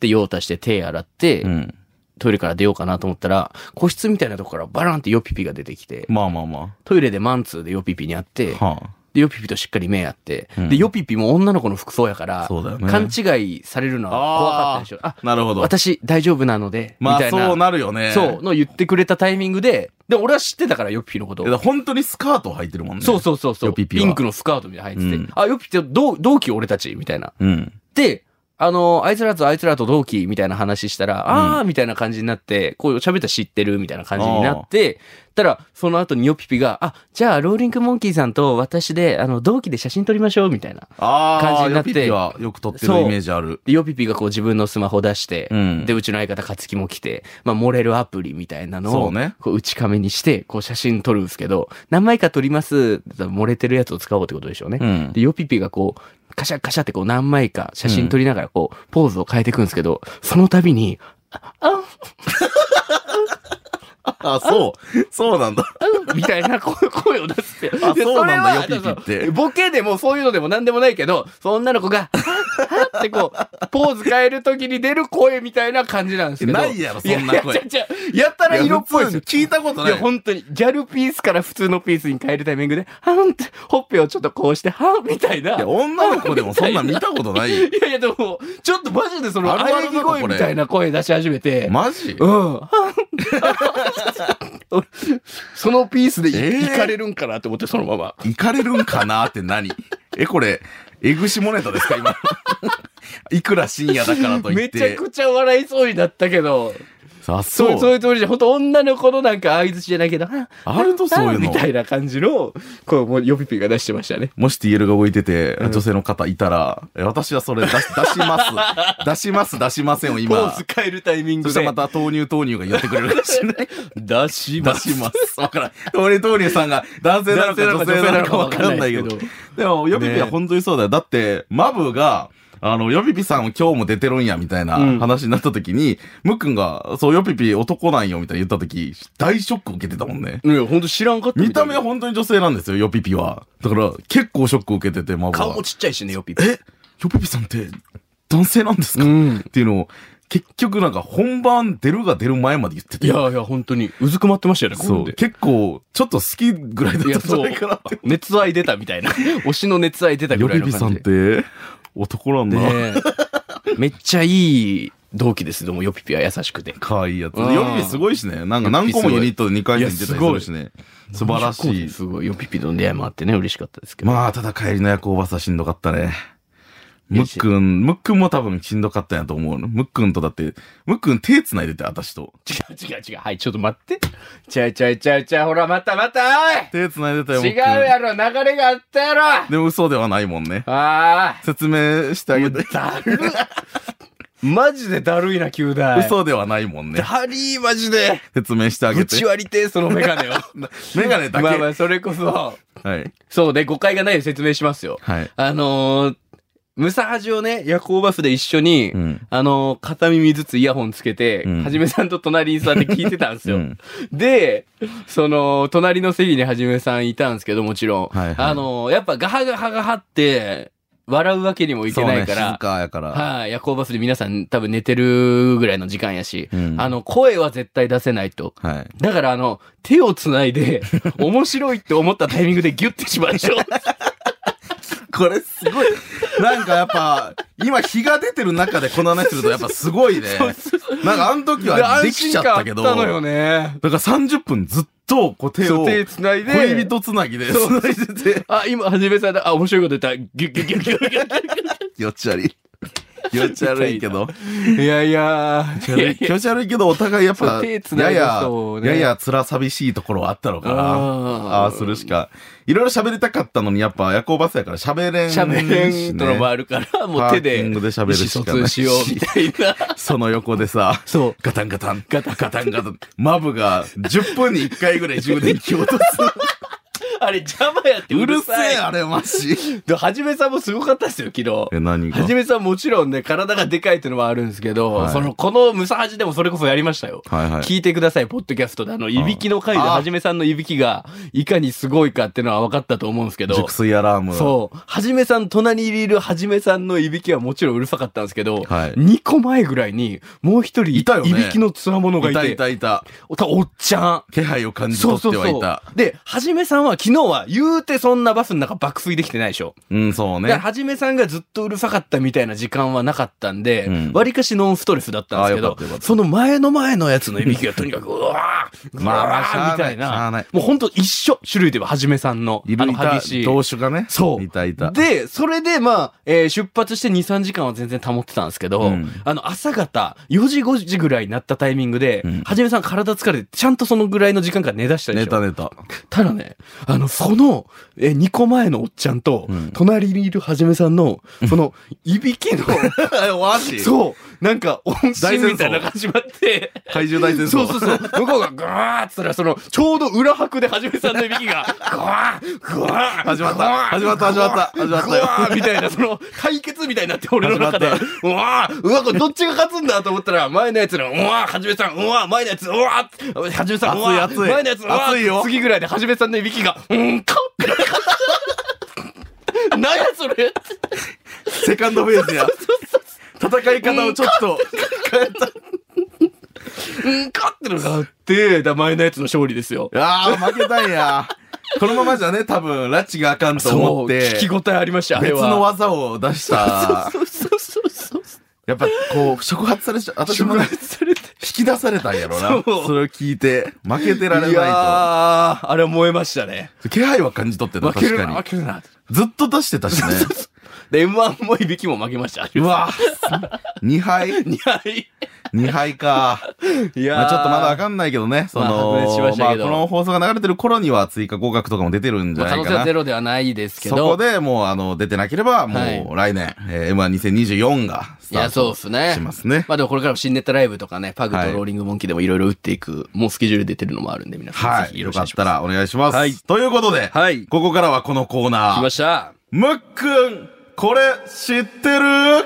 Speaker 4: で、用足して手洗って、
Speaker 3: うん。
Speaker 4: トイレから出ようかなと思ったら、個室みたいなとこからバランってヨピピが出てきて、
Speaker 3: まあまあま
Speaker 4: トイレでマンツーでヨピピに会って、
Speaker 3: あ。は
Speaker 4: で、ヨピピとしっかり目合って、
Speaker 3: うん
Speaker 4: で、ヨピピも女の子の服装やから、
Speaker 3: そうだよね
Speaker 4: 勘違いされるのは怖かったでしょ。あ
Speaker 3: あ。なるほど。
Speaker 4: 私大丈夫なので、
Speaker 3: ま
Speaker 4: みた
Speaker 3: あ
Speaker 4: いな。
Speaker 3: そうなるよね。
Speaker 4: そう、。の言ってくれたタイミングで、で、俺は知ってたから、ヨピピのこと
Speaker 3: だか。ら本当にスカートを履いてるもんね。
Speaker 4: そうそうそうそう。
Speaker 3: ヨピピは
Speaker 4: ピンクのスカートみたいなの入ってて、
Speaker 3: うん
Speaker 4: あ、ヨピピって同同期俺たちみたいな。
Speaker 3: う。うん。
Speaker 4: で、あの、あいつらとあいつらと同期みたいな話したら、あーみたいな感じになって、こう喋ったら知ってるみたいな感じになって、たら、その後にヨピピが、あ、じゃあ、ローリングモンキーさんと私で、あの、同期で写真撮りましょうみたいな。
Speaker 3: ああ、
Speaker 4: 感じになって
Speaker 3: ヨピピはよく撮ってるイメージある。
Speaker 4: で、ヨピピがこう自分のスマホ出して、
Speaker 3: うん
Speaker 4: で、うちの相方、勝木も来て、まあ、漏れるアプリみたいなの
Speaker 3: そ
Speaker 4: を、
Speaker 3: うね
Speaker 4: こう内亀にして、こう写真撮るんですけど、何枚か撮ります、漏れてるやつを使おうってことでしょうね。
Speaker 3: うん
Speaker 4: で、ヨピピがこう、カシャカシャってこう何枚か写真撮りながらこう、ポーズを変えていくんですけど、その度に、
Speaker 3: あ、そう。そうなん だ。
Speaker 4: みたいな声声を出すって。
Speaker 3: あ
Speaker 4: で
Speaker 3: そうなんだ
Speaker 4: それは
Speaker 3: ヨピピって
Speaker 4: そうそうボケでもそういうのでも何でもないけど、その女の子が、はっってこう、ポーズ変えるときに出る声みたいな感じなんですけど。
Speaker 3: ないやろそん
Speaker 4: い
Speaker 3: な声
Speaker 4: やいやいやいややったら色っぽいです
Speaker 3: や
Speaker 4: よ
Speaker 3: 普。通に聞いたこと
Speaker 4: い
Speaker 3: ない。
Speaker 4: や、本当に、ギャルピースから普通のピースに変えるタイミングで、はんって、ほっぺをちょっとこうして、はんみたいな。
Speaker 3: いや女の子でもそんなん見たことない よ。
Speaker 4: いやいや、でも、ちょっとマジでその、
Speaker 3: あるあ
Speaker 4: 喘
Speaker 3: る
Speaker 4: ぎ
Speaker 3: なのこ
Speaker 4: 声
Speaker 3: れ
Speaker 4: みたいな声出し始めて、
Speaker 3: マジ
Speaker 4: うん。 そのピースでい、
Speaker 3: えー
Speaker 4: いかれるんかなって思って、そのまま。
Speaker 3: 行かれるんかなって何え、これ、えぐしモネタですか 今。いくら深夜だからと言
Speaker 4: め
Speaker 3: っ
Speaker 4: ちゃ
Speaker 3: て。
Speaker 4: くちゃ笑いそうになったけど、
Speaker 3: あ、
Speaker 4: そうそう
Speaker 3: そう。
Speaker 4: いう通りじゃ、ほんと女の子のなんか相づちじゃないけど、あ
Speaker 3: あるとそういうの
Speaker 4: みたいな感じの、こう、もう、ヨピピが出してましたね。
Speaker 3: もし TL が動いてて、女性の方いたら、え私はそれ出し出し ます。出します、出しませんを
Speaker 4: ポ
Speaker 3: 今
Speaker 4: ー。ズ変えるタイミン
Speaker 3: そ
Speaker 4: グ
Speaker 3: した
Speaker 4: で
Speaker 3: らま。た豆乳豆乳が言ってくれるかもしれ ない。
Speaker 4: 出し
Speaker 3: 出します。わからん。豆乳豆乳さんが男性なのか女性なのかわからんないけど。でも、ヨピピは本当にそうだよ。だって、マブが、あの、ヨピピさんを今日も出てるんや、みたいな
Speaker 4: うん
Speaker 3: 話になった時に、ムックンが、そう、ヨピピ男なんよ、みたいな言った時、大ショック受けてたもんね。
Speaker 4: いや、ほんと知らんかった
Speaker 3: 見た目
Speaker 4: い
Speaker 3: は本当に女性なんですよ、ヨピピは。だから、結構ショック受けてて、マブは。
Speaker 4: 顔もちっちゃいしね、ヨピピ。
Speaker 3: えヨペピさんって男性なんですか、
Speaker 4: うん
Speaker 3: っ。ていうのを、結局なんか本番出るが出る前まで言ってて。
Speaker 4: いやいや、本当に。うずくまってましたよね、こ
Speaker 3: そう。
Speaker 4: で。
Speaker 3: 結構、ちょっと好きぐらいだ
Speaker 4: い
Speaker 3: った
Speaker 4: や、
Speaker 3: んじゃ
Speaker 4: そ
Speaker 3: な
Speaker 4: う
Speaker 3: いかなって。。
Speaker 4: 熱愛出たみた いな。推しの熱愛出たぐ
Speaker 3: ヨ
Speaker 4: らいの
Speaker 3: ペピさ
Speaker 4: 感
Speaker 3: ん
Speaker 4: じ
Speaker 3: っ
Speaker 4: で。
Speaker 3: て、男なんだ。
Speaker 4: ねえ めっちゃいい同期です、でも、ヨピピは優しくて。
Speaker 3: 可愛いやつ。
Speaker 4: うん
Speaker 3: ヨペピすごいしね。なんか何個もユニットで2回戦出たりするしね。素晴らしい。
Speaker 4: すごい、ヨピピとの出会いもあってね、嬉しかったですけど。
Speaker 3: まあ、ただ帰りの夜行バスはしんどかったね。
Speaker 4: いや
Speaker 3: むっくん、むっくんも多分しんどかったんやと思うの。むっくんとだって、むっくん手繋いでて、私と。
Speaker 4: 違う違う違う。はい、ちょっと待って。ちゃいちゃいちゃいちゃい、ほら、またまた、おい
Speaker 3: 手繋いでたよ、
Speaker 4: 違
Speaker 3: むっ
Speaker 4: う
Speaker 3: くん
Speaker 4: やろ、流れがあったやろあ
Speaker 3: でも嘘ではないもんね。
Speaker 4: あ
Speaker 3: 説明してあげて。
Speaker 4: だるマジでだるいな、球団。
Speaker 3: 嘘ではないもんね。
Speaker 4: だりー、マジで。
Speaker 3: 説明してあげ
Speaker 4: ぶ
Speaker 3: て
Speaker 4: ち。割りてえ、その メガネを。
Speaker 3: メガネだけ。
Speaker 4: まあまあ、それこそ。
Speaker 3: はい。
Speaker 4: そうね、誤解がないように説明しますよ。
Speaker 3: はい。
Speaker 4: あのー、ムサハジをね、夜行バスで一緒に、
Speaker 3: うん。
Speaker 4: あのー、片耳ずつイヤホンつけて、
Speaker 3: うん
Speaker 4: はじめさんと隣に座って聞いてたんです
Speaker 3: う
Speaker 4: よ。
Speaker 3: ん。
Speaker 4: で、その、隣の席にはじめさんいたんですけど、もちろん。
Speaker 3: はいはい
Speaker 4: あのー、やっぱガハガハガハって、笑うわけにもいけ
Speaker 3: そう
Speaker 4: ない
Speaker 3: ね、
Speaker 4: か
Speaker 3: 静
Speaker 4: ら、
Speaker 3: かやから。
Speaker 4: はい、夜行バスで皆さん多分寝てるぐらいの時間やし、
Speaker 3: うん
Speaker 4: あの、声は絶対出せないと。
Speaker 3: はい。
Speaker 4: だからあの、手をつないで、面白いって思ったタイミングでギュッてしましょう。
Speaker 3: これすごい。なんかやっぱ、今日が出てる中でこの話するとやっぱすごいね。なんかあの時はできちゃったけど。
Speaker 4: 安心感あったのよね。
Speaker 3: だから30分ずっとこう手
Speaker 4: そ
Speaker 3: を
Speaker 4: う手つないで。
Speaker 3: 恋人つなぎでつないでて、
Speaker 4: あ、今、はじめさんだ。あ、面白いこと言った。ギュッギュッギュッギュッギュッギュッ
Speaker 3: 気持ち悪い。気持ち悪いけど。
Speaker 4: いやいや
Speaker 3: 気持ち悪いけどお互いやっ
Speaker 4: そう
Speaker 3: ぱ、
Speaker 4: 手つな
Speaker 3: や
Speaker 4: いで
Speaker 3: や
Speaker 4: そう、ね
Speaker 3: やや辛寂しいところはあったのかな。あ
Speaker 4: あ
Speaker 3: あするしか。いろいろ喋りたかったのに、やっぱ夜行バスやから喋れんし、ね。
Speaker 4: 喋れんとのもあるから、もう手で、
Speaker 3: パーキングで喋るしか
Speaker 4: 意
Speaker 3: ない
Speaker 4: 思疎通しようみたいな。
Speaker 3: その横でさ、
Speaker 4: そう。
Speaker 3: ガタンガタン、ガタンガタンガタン、マブが10分に1回ぐらい充電器落と す。
Speaker 4: あれ邪魔やって
Speaker 3: う
Speaker 4: う
Speaker 3: る
Speaker 4: る
Speaker 3: せ
Speaker 4: さい。
Speaker 3: え、あれ、マジ。
Speaker 4: ではじめさんもすごかったですよ、昨日。
Speaker 3: え、何が
Speaker 4: はじめさんもちろんね、体がでかいっていうのもあるんですけど、
Speaker 3: はい
Speaker 4: その、このムサハジでもそれこそやりましたよ。
Speaker 3: はいはい。
Speaker 4: 聞いてください、ポッドキャストで。あの、いびきの回で、
Speaker 3: あー
Speaker 4: はじめさんのいびきが、いかにすごいかっていうのは分かったと思うんですけど
Speaker 3: 熟、睡アラーム。
Speaker 4: そう、はじめさん、隣にいるはじめさんのいびきはもちろんうるさかったんですけど、
Speaker 3: はい
Speaker 4: 2個前ぐらいに、もう一人、
Speaker 3: いたよね
Speaker 4: いびきのつわものがい
Speaker 3: い
Speaker 4: て、
Speaker 3: たいたいた。
Speaker 4: おたおっちゃん。
Speaker 3: 気配を感じ
Speaker 4: そ
Speaker 3: 取
Speaker 4: う
Speaker 3: って
Speaker 4: そう
Speaker 3: はいた。
Speaker 4: そうう。で、はじめさんは昨日は言うてそんなバスの中爆睡できてないでしょ。
Speaker 3: ん、そう
Speaker 4: だから
Speaker 3: ね。
Speaker 4: はじめさんがずっとうるさかったみたいな時間はなかったんで、わ
Speaker 3: う
Speaker 4: り
Speaker 3: ん
Speaker 4: かしノンストレスだったんですけ
Speaker 3: あよ
Speaker 4: ど
Speaker 3: かったよかっ、た
Speaker 4: その前の前のやつのいびきがとにかく、うわー、 う
Speaker 3: まあま
Speaker 4: わ
Speaker 3: あし
Speaker 4: ー、
Speaker 3: ゃ
Speaker 4: み
Speaker 3: あな
Speaker 4: た
Speaker 3: い
Speaker 4: い
Speaker 3: しゃあな。
Speaker 4: ないもうほんと一緒、種類でははじめさんの、
Speaker 3: い
Speaker 4: あ
Speaker 3: るい
Speaker 4: の
Speaker 3: た
Speaker 4: 激しい。
Speaker 3: 同種がね。
Speaker 4: そう
Speaker 3: いたいた。
Speaker 4: で、それで、まあ、えー出発して2、3時間は全然保ってたんですけど、
Speaker 3: うん
Speaker 4: あの、朝方、4時、5時ぐらいになったタイミングで、
Speaker 3: うん
Speaker 4: はじめさん体疲れて、ちゃんとそのぐらいの時間から寝だしたでしょ。
Speaker 3: 寝た 寝た。
Speaker 4: ただね、あの、その、えー、2個前のおっちゃんと、
Speaker 3: うん
Speaker 4: 隣にいるはじめさんの、そ の、いびきの、
Speaker 3: マジ
Speaker 4: そう、なんか、音信みたいなのが始まって、
Speaker 3: 怪獣大戦 争。
Speaker 4: そうそうそう。向こうがぐわーっつったら、その、ちょうど裏拍ではじめさんのいびきが、ぐわー、ぐわー、
Speaker 3: 始まった
Speaker 4: ぐわー
Speaker 3: 始まった始まった始まった
Speaker 4: ぐ
Speaker 3: よ
Speaker 4: わーみたいな、その、対決みたいになって、俺の中で、
Speaker 3: 始
Speaker 4: うわー、うわ、これどっちが勝つんだと思ったら、前のやつの、うわー、はじめさん、うわー、前のやつ、うわー、はじめさん、うわー、
Speaker 3: 熱い熱い
Speaker 4: 前のやつ、うわー、
Speaker 3: 熱いよ
Speaker 4: 次ぐらいではじめさんのいびきが、うーん、勝って。何やそれ
Speaker 3: セカンドフェーズや。戦い方をちょっ と変えた。
Speaker 4: うん、勝ってのがあって、だ前のやつの勝利ですよ。
Speaker 3: ああ、負けたんや。このままじゃね、多分、拉致があかんと思っ
Speaker 4: そう聞
Speaker 3: て、
Speaker 4: き応えありました、あれ
Speaker 3: 別
Speaker 4: は。
Speaker 3: の技を出した。
Speaker 4: そうそうそうそう。
Speaker 3: やっぱ、こう、触発されちゃう。私もね
Speaker 4: されて。
Speaker 3: 引き出されたんやろな。
Speaker 4: そう
Speaker 3: それを聞いて、負けてられ
Speaker 4: いや
Speaker 3: な
Speaker 4: ー、あれは燃えましたね。
Speaker 3: いと。気配は感じ取ってた、
Speaker 4: 負け
Speaker 3: 確
Speaker 4: る
Speaker 3: か
Speaker 4: な、負
Speaker 3: に。
Speaker 4: けるな。
Speaker 3: ずっと出してたしね。
Speaker 4: で、M1 もいびきも負けました。
Speaker 3: うわ2敗
Speaker 4: いやい
Speaker 3: ?2 敗か。
Speaker 4: いやー
Speaker 3: まあちょっとまだわかんないけどね。その、
Speaker 4: まあ白熱しました
Speaker 3: まあ
Speaker 4: け
Speaker 3: こ
Speaker 4: ど
Speaker 3: の放送が流れてる頃には追加合格とかも出てるんじゃ
Speaker 4: まあ可
Speaker 3: な
Speaker 4: 能
Speaker 3: いか
Speaker 4: 性は
Speaker 3: な
Speaker 4: ゼ。ロではないですけ
Speaker 3: そ
Speaker 4: ど。
Speaker 3: こでもう、あの、出てなければ、も
Speaker 4: はいう
Speaker 3: 来年、えー M12024 がス
Speaker 4: い
Speaker 3: タ
Speaker 4: や、
Speaker 3: ー
Speaker 4: そう
Speaker 3: ト
Speaker 4: っすね
Speaker 3: し。ますね。
Speaker 4: まあでもこれからも新ネタライブとかね、パグと
Speaker 3: はい
Speaker 4: ローリングモンキーでもいろいろ打っていく、もうスケジュール出てるのもあるんで、皆さん
Speaker 3: は
Speaker 4: ぜ
Speaker 3: い。
Speaker 4: ひよ
Speaker 3: よ
Speaker 4: ろしくお
Speaker 3: か
Speaker 4: 願
Speaker 3: っ
Speaker 4: いしたます。
Speaker 3: らお願いします。
Speaker 4: はい
Speaker 3: ということで、
Speaker 4: はい
Speaker 3: ここからはこのコーナ
Speaker 4: 来
Speaker 3: ー
Speaker 4: ま。した。
Speaker 3: むっくん、これ知ってる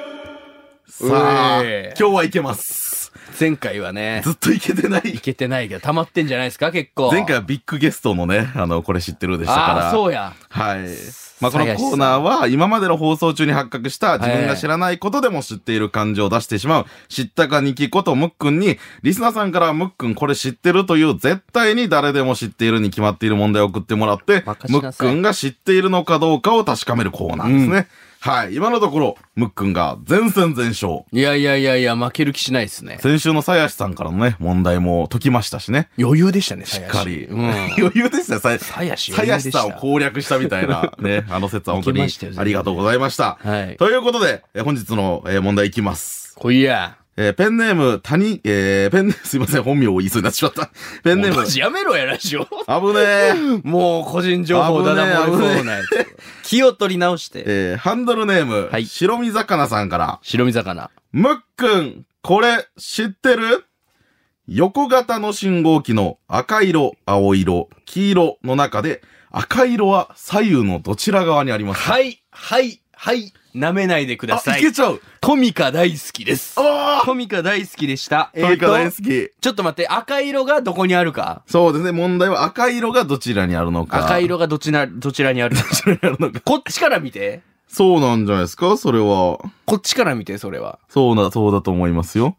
Speaker 3: さあ、
Speaker 4: うえ
Speaker 3: 今日はいけます。
Speaker 4: 前回はね、
Speaker 3: ずっとい けてない
Speaker 4: い。けてないけど、溜まってんじゃないですか、結構。
Speaker 3: 前回はビッグゲストのね、あの、これ知ってるでしたか
Speaker 4: あ
Speaker 3: ら。
Speaker 4: あ、そうや。
Speaker 3: はい。まあ、このコーナーは今までの放送中に発覚した自分が知らないことでも知っている感情を出してしまう知ったかにきことムックンにリスナーさんからムックンこれ知ってるという絶対に誰でも知っているに決まっている問題を送ってもらってム
Speaker 4: 任せ
Speaker 3: ッ
Speaker 4: な
Speaker 3: ク
Speaker 4: さい
Speaker 3: ンが知っているのかどうかを確かめるコーナーですね。はい。今のところムックンが全戦全勝。
Speaker 4: いやいやいやいや、負ける気しないですね。
Speaker 3: 先週のさやしさんからのね、問題も解きましたしね。
Speaker 4: 余裕でしたね、し
Speaker 3: しっかり。
Speaker 4: うん。
Speaker 3: 余裕でしたよ、さや
Speaker 4: さやし
Speaker 3: さ
Speaker 4: 余裕
Speaker 3: や
Speaker 4: で
Speaker 3: し
Speaker 4: した
Speaker 3: さんを攻略したみたいな、ね、 あの説は本当に
Speaker 4: いけましたよ全然
Speaker 3: ありがとうございました。
Speaker 4: はい
Speaker 3: ということで、えー本日のえー問題いきます。
Speaker 4: こいや。
Speaker 3: えーペンネーム、谷、えーペンネーム、 すいません、本名を言いそうになってし まった。ペンネーム、
Speaker 4: マ
Speaker 3: 危
Speaker 4: ジやめろや、ラジオ。
Speaker 3: ねえ。
Speaker 4: もう個人情報だな、
Speaker 3: 危ねえ
Speaker 4: もう
Speaker 3: 危ねえ
Speaker 4: そうない。気を取り直して。
Speaker 3: えーハンドルネーム、
Speaker 4: はい
Speaker 3: 白身魚さんから、
Speaker 4: 白身魚。
Speaker 3: むっくん、これ、知ってる横型の信号機の赤色、青色、黄色の中で、赤色は左右のどちら側にありますか
Speaker 4: はい、はい、はい。舐めないでくださ
Speaker 3: あ、い
Speaker 4: い
Speaker 3: け。ちゃう
Speaker 4: トミカ大好きです。
Speaker 3: あ
Speaker 1: コミカ大好きでした
Speaker 3: あトミカ大好き。
Speaker 4: ちょっと待って、赤色がどこにあるか
Speaker 3: そうですね、問題は赤色がどちらにあるのか。
Speaker 4: 赤色がどちら、どちらにあるかこっちから見て。
Speaker 3: そうなんじゃないですかそれは。
Speaker 4: こっちから見て、それは。
Speaker 3: そうな、そうだと思いますよ。